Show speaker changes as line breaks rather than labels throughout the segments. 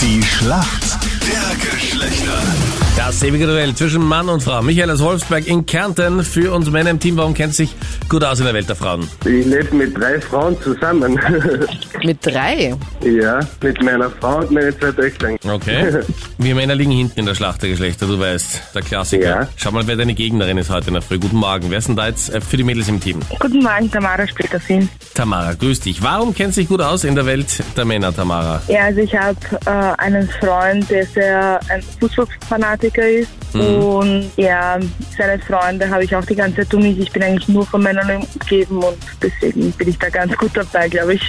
Die Schlacht der Geschlechter.
Das ewige Duell zwischen Mann und Frau. Michael aus Wolfsberg in Kärnten für uns Männer im Team. Warum kennst du dich gut aus in der Welt der Frauen?
Ich lebe mit drei Frauen zusammen.
Mit drei?
ja, mit meiner Frau und meinen zwei Töchtern.
Okay. Wir Männer liegen hinten in der Schlacht der Geschlechter, du weißt. Der Klassiker.
Ja.
Schau mal, wer deine Gegnerin ist heute in der Früh. Guten Morgen. Wer ist denn da jetzt äh, für die Mädels im Team?
Guten Morgen, Tamara Petersen.
Tamara, grüß dich. Warum kennst du dich gut aus in der Welt der Männer, Tamara?
Ja, also ich habe äh, einen Freund, der sehr ein Fußballfanatiker ist. Und ja, seine Freunde habe ich auch die ganze Zeit um mich. Ich bin eigentlich nur von Männern umgeben und deswegen bin ich da ganz gut dabei, glaube ich.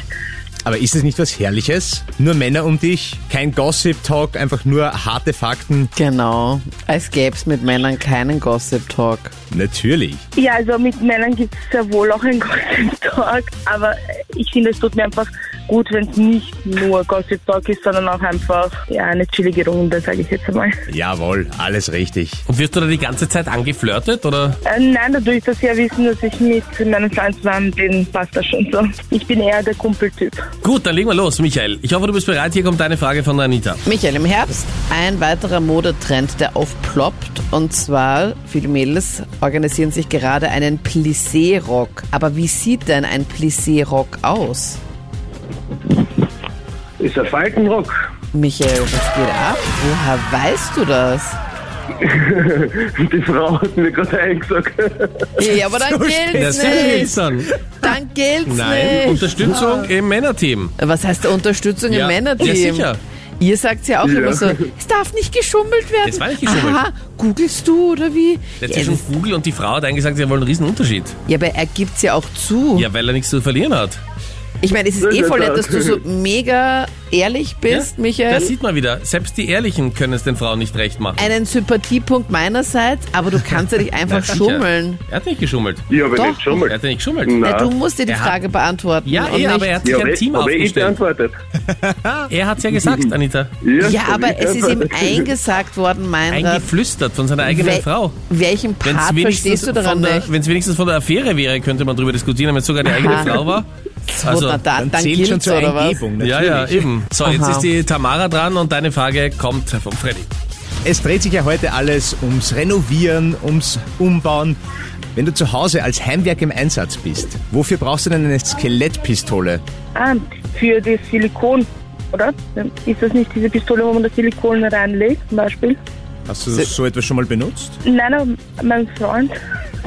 Aber ist es nicht was Herrliches? Nur Männer um dich, kein Gossip-Talk, einfach nur harte Fakten.
Genau. Als gäbe es mit Männern keinen Gossip Talk.
Natürlich.
Ja, also mit Männern gibt es sehr wohl auch einen Gossip Talk, aber ich finde, es tut mir einfach gut, wenn es nicht nur Gossip Talk ist, sondern auch einfach ja, eine chillige Runde, sage ich jetzt einmal.
Jawohl, alles richtig.
Und wirst du da die ganze Zeit angeflirtet oder?
Äh, nein, dadurch, dass sie ja wissen, dass ich mit meinem Freund zusammen bin, passt das schon so. Ich bin eher der Kumpeltyp.
Gut, dann legen wir los, Michael. Ich hoffe, du bist bereit. Hier kommt deine Frage von der Anita.
Michael, im Herbst ein weiterer Modetrend, der aufploppt. Und zwar, viele Mädels organisieren sich gerade einen Plissé-Rock. Aber wie sieht denn ein Plissé-Rock aus?
Ist ein Falkenrock.
Michael, was geht ab? Woher weißt du das?
Die Frau hat mir gerade eingesagt.
Ja, aber dann gilt's nicht.
dann.
Dann gilt's
Nein,
nicht.
Unterstützung im Männerteam.
Was heißt Unterstützung
Ja,
im Männerteam?
ja, sicher.
Ihr sagt ja auch
Ja.
immer so, es darf nicht geschummelt werden.
Es war nicht geschummelt.
Aha, googelst du oder wie?
Der
Ja,
zwischen Google und die Frau hat eigentlich gesagt, sie wollen einen riesen Unterschied.
Ja, aber er gibt's ja auch zu.
Ja, weil er nichts zu verlieren hat.
Ich meine, es ist
Das
eh
ist
voll nett,
das.
dass du so mega ehrlich bist,
ja?
Michael.
Das sieht man wieder. Selbst die Ehrlichen können es den Frauen nicht recht machen.
Einen Sympathiepunkt meinerseits, aber du kannst ja dich
Na,
einfach
sicher.
schummeln.
Er hat nicht geschummelt.
Ich habe
Doch.
nicht geschummelt.
Er hat ja nicht geschummelt.
Nein.
Na, du musst dir die
Er hat-
Frage beantworten.
Ja,
und
eh,
nicht,
aber er hat sich
Ja,
ein Team
aber ich
aufgestellt.
beantwortet.
Er hat's ja gesagt, Anita.
ja,
hab
aber
ich
es ist ihm
beantwortet.
eingesagt worden, Meinrad.
Eingeflüstert von seiner eigenen
wel-
Frau.
Welchen
Wenn's
Part
wenigstens
verstehst du daran
von
ne?
der,
nicht?
Wenn's wenigstens von der Affäre wäre, könnte man drüber diskutieren, wenn es sogar die eigene
Aha.
Frau war. Also,
Na, da,
Dann,
Ah, dann,
zählt schon
gilt's,
zur
oder was?
Eingebung,
ja,
natürlich.
ja, eben. So, jetzt
Aha.
ist die Tamara dran und deine Frage kommt von Freddy.
Es dreht sich ja heute alles ums Renovieren, ums Umbauen. Wenn du zu Hause als Heimwerk im Einsatz bist, wofür brauchst du denn eine Skelettpistole?
Ah, für das Silikon, oder? Ist das nicht diese Pistole, wo man das Silikon reinlegt, zum Beispiel?
Hast du so etwas schon mal benutzt?
Nein, aber mein Freund,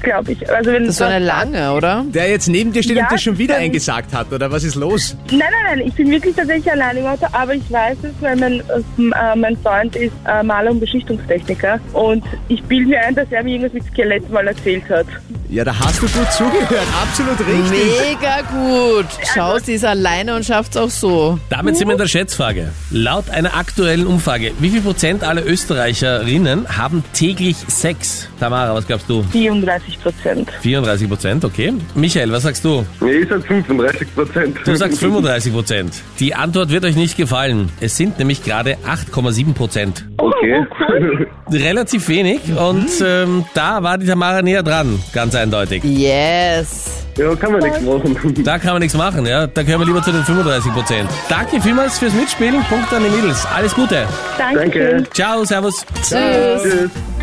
glaube ich. Also wenn
Das ist so eine lange, oder?
Der jetzt neben dir steht
Ja,
und dir schon wieder
dann-
eingesagt hat, oder was ist los?
Nein, nein, nein, ich bin wirklich tatsächlich allein im Auto, aber ich weiß es, weil mein, äh, mein Freund ist äh, Maler und Beschichtungstechniker und ich bilde mir ein, dass er mir irgendwas mit Skelett mal erzählt hat.
Ja, da hast du gut zugehört, absolut richtig.
Mega gut. Schau, sie ist alleine und schafft's auch so.
Damit sind wir in der Schätzfrage. Laut einer aktuellen Umfrage, wie viel Prozent aller Österreicherinnen haben täglich Sex? Tamara, was glaubst du?
34 Prozent.
34 Prozent, okay. Michael, was sagst du?
Nee, ich sag 35 Prozent.
Du sagst 35 Prozent. Die Antwort wird euch nicht gefallen. Es sind nämlich gerade 8,7 Prozent.
Okay.
Relativ wenig und ähm, da war die Tamara näher dran, ganz eindeutig.
Yes.
ja, kann man nichts machen.
Da kann man nichts machen, ja. Da können wir lieber zu den 35 Prozent. Danke vielmals fürs Mitspielen. Punkt an die Mädels. Alles Gute.
Dankeschön.
Danke.
Ciao, servus.
Tschüss.
Tschüss.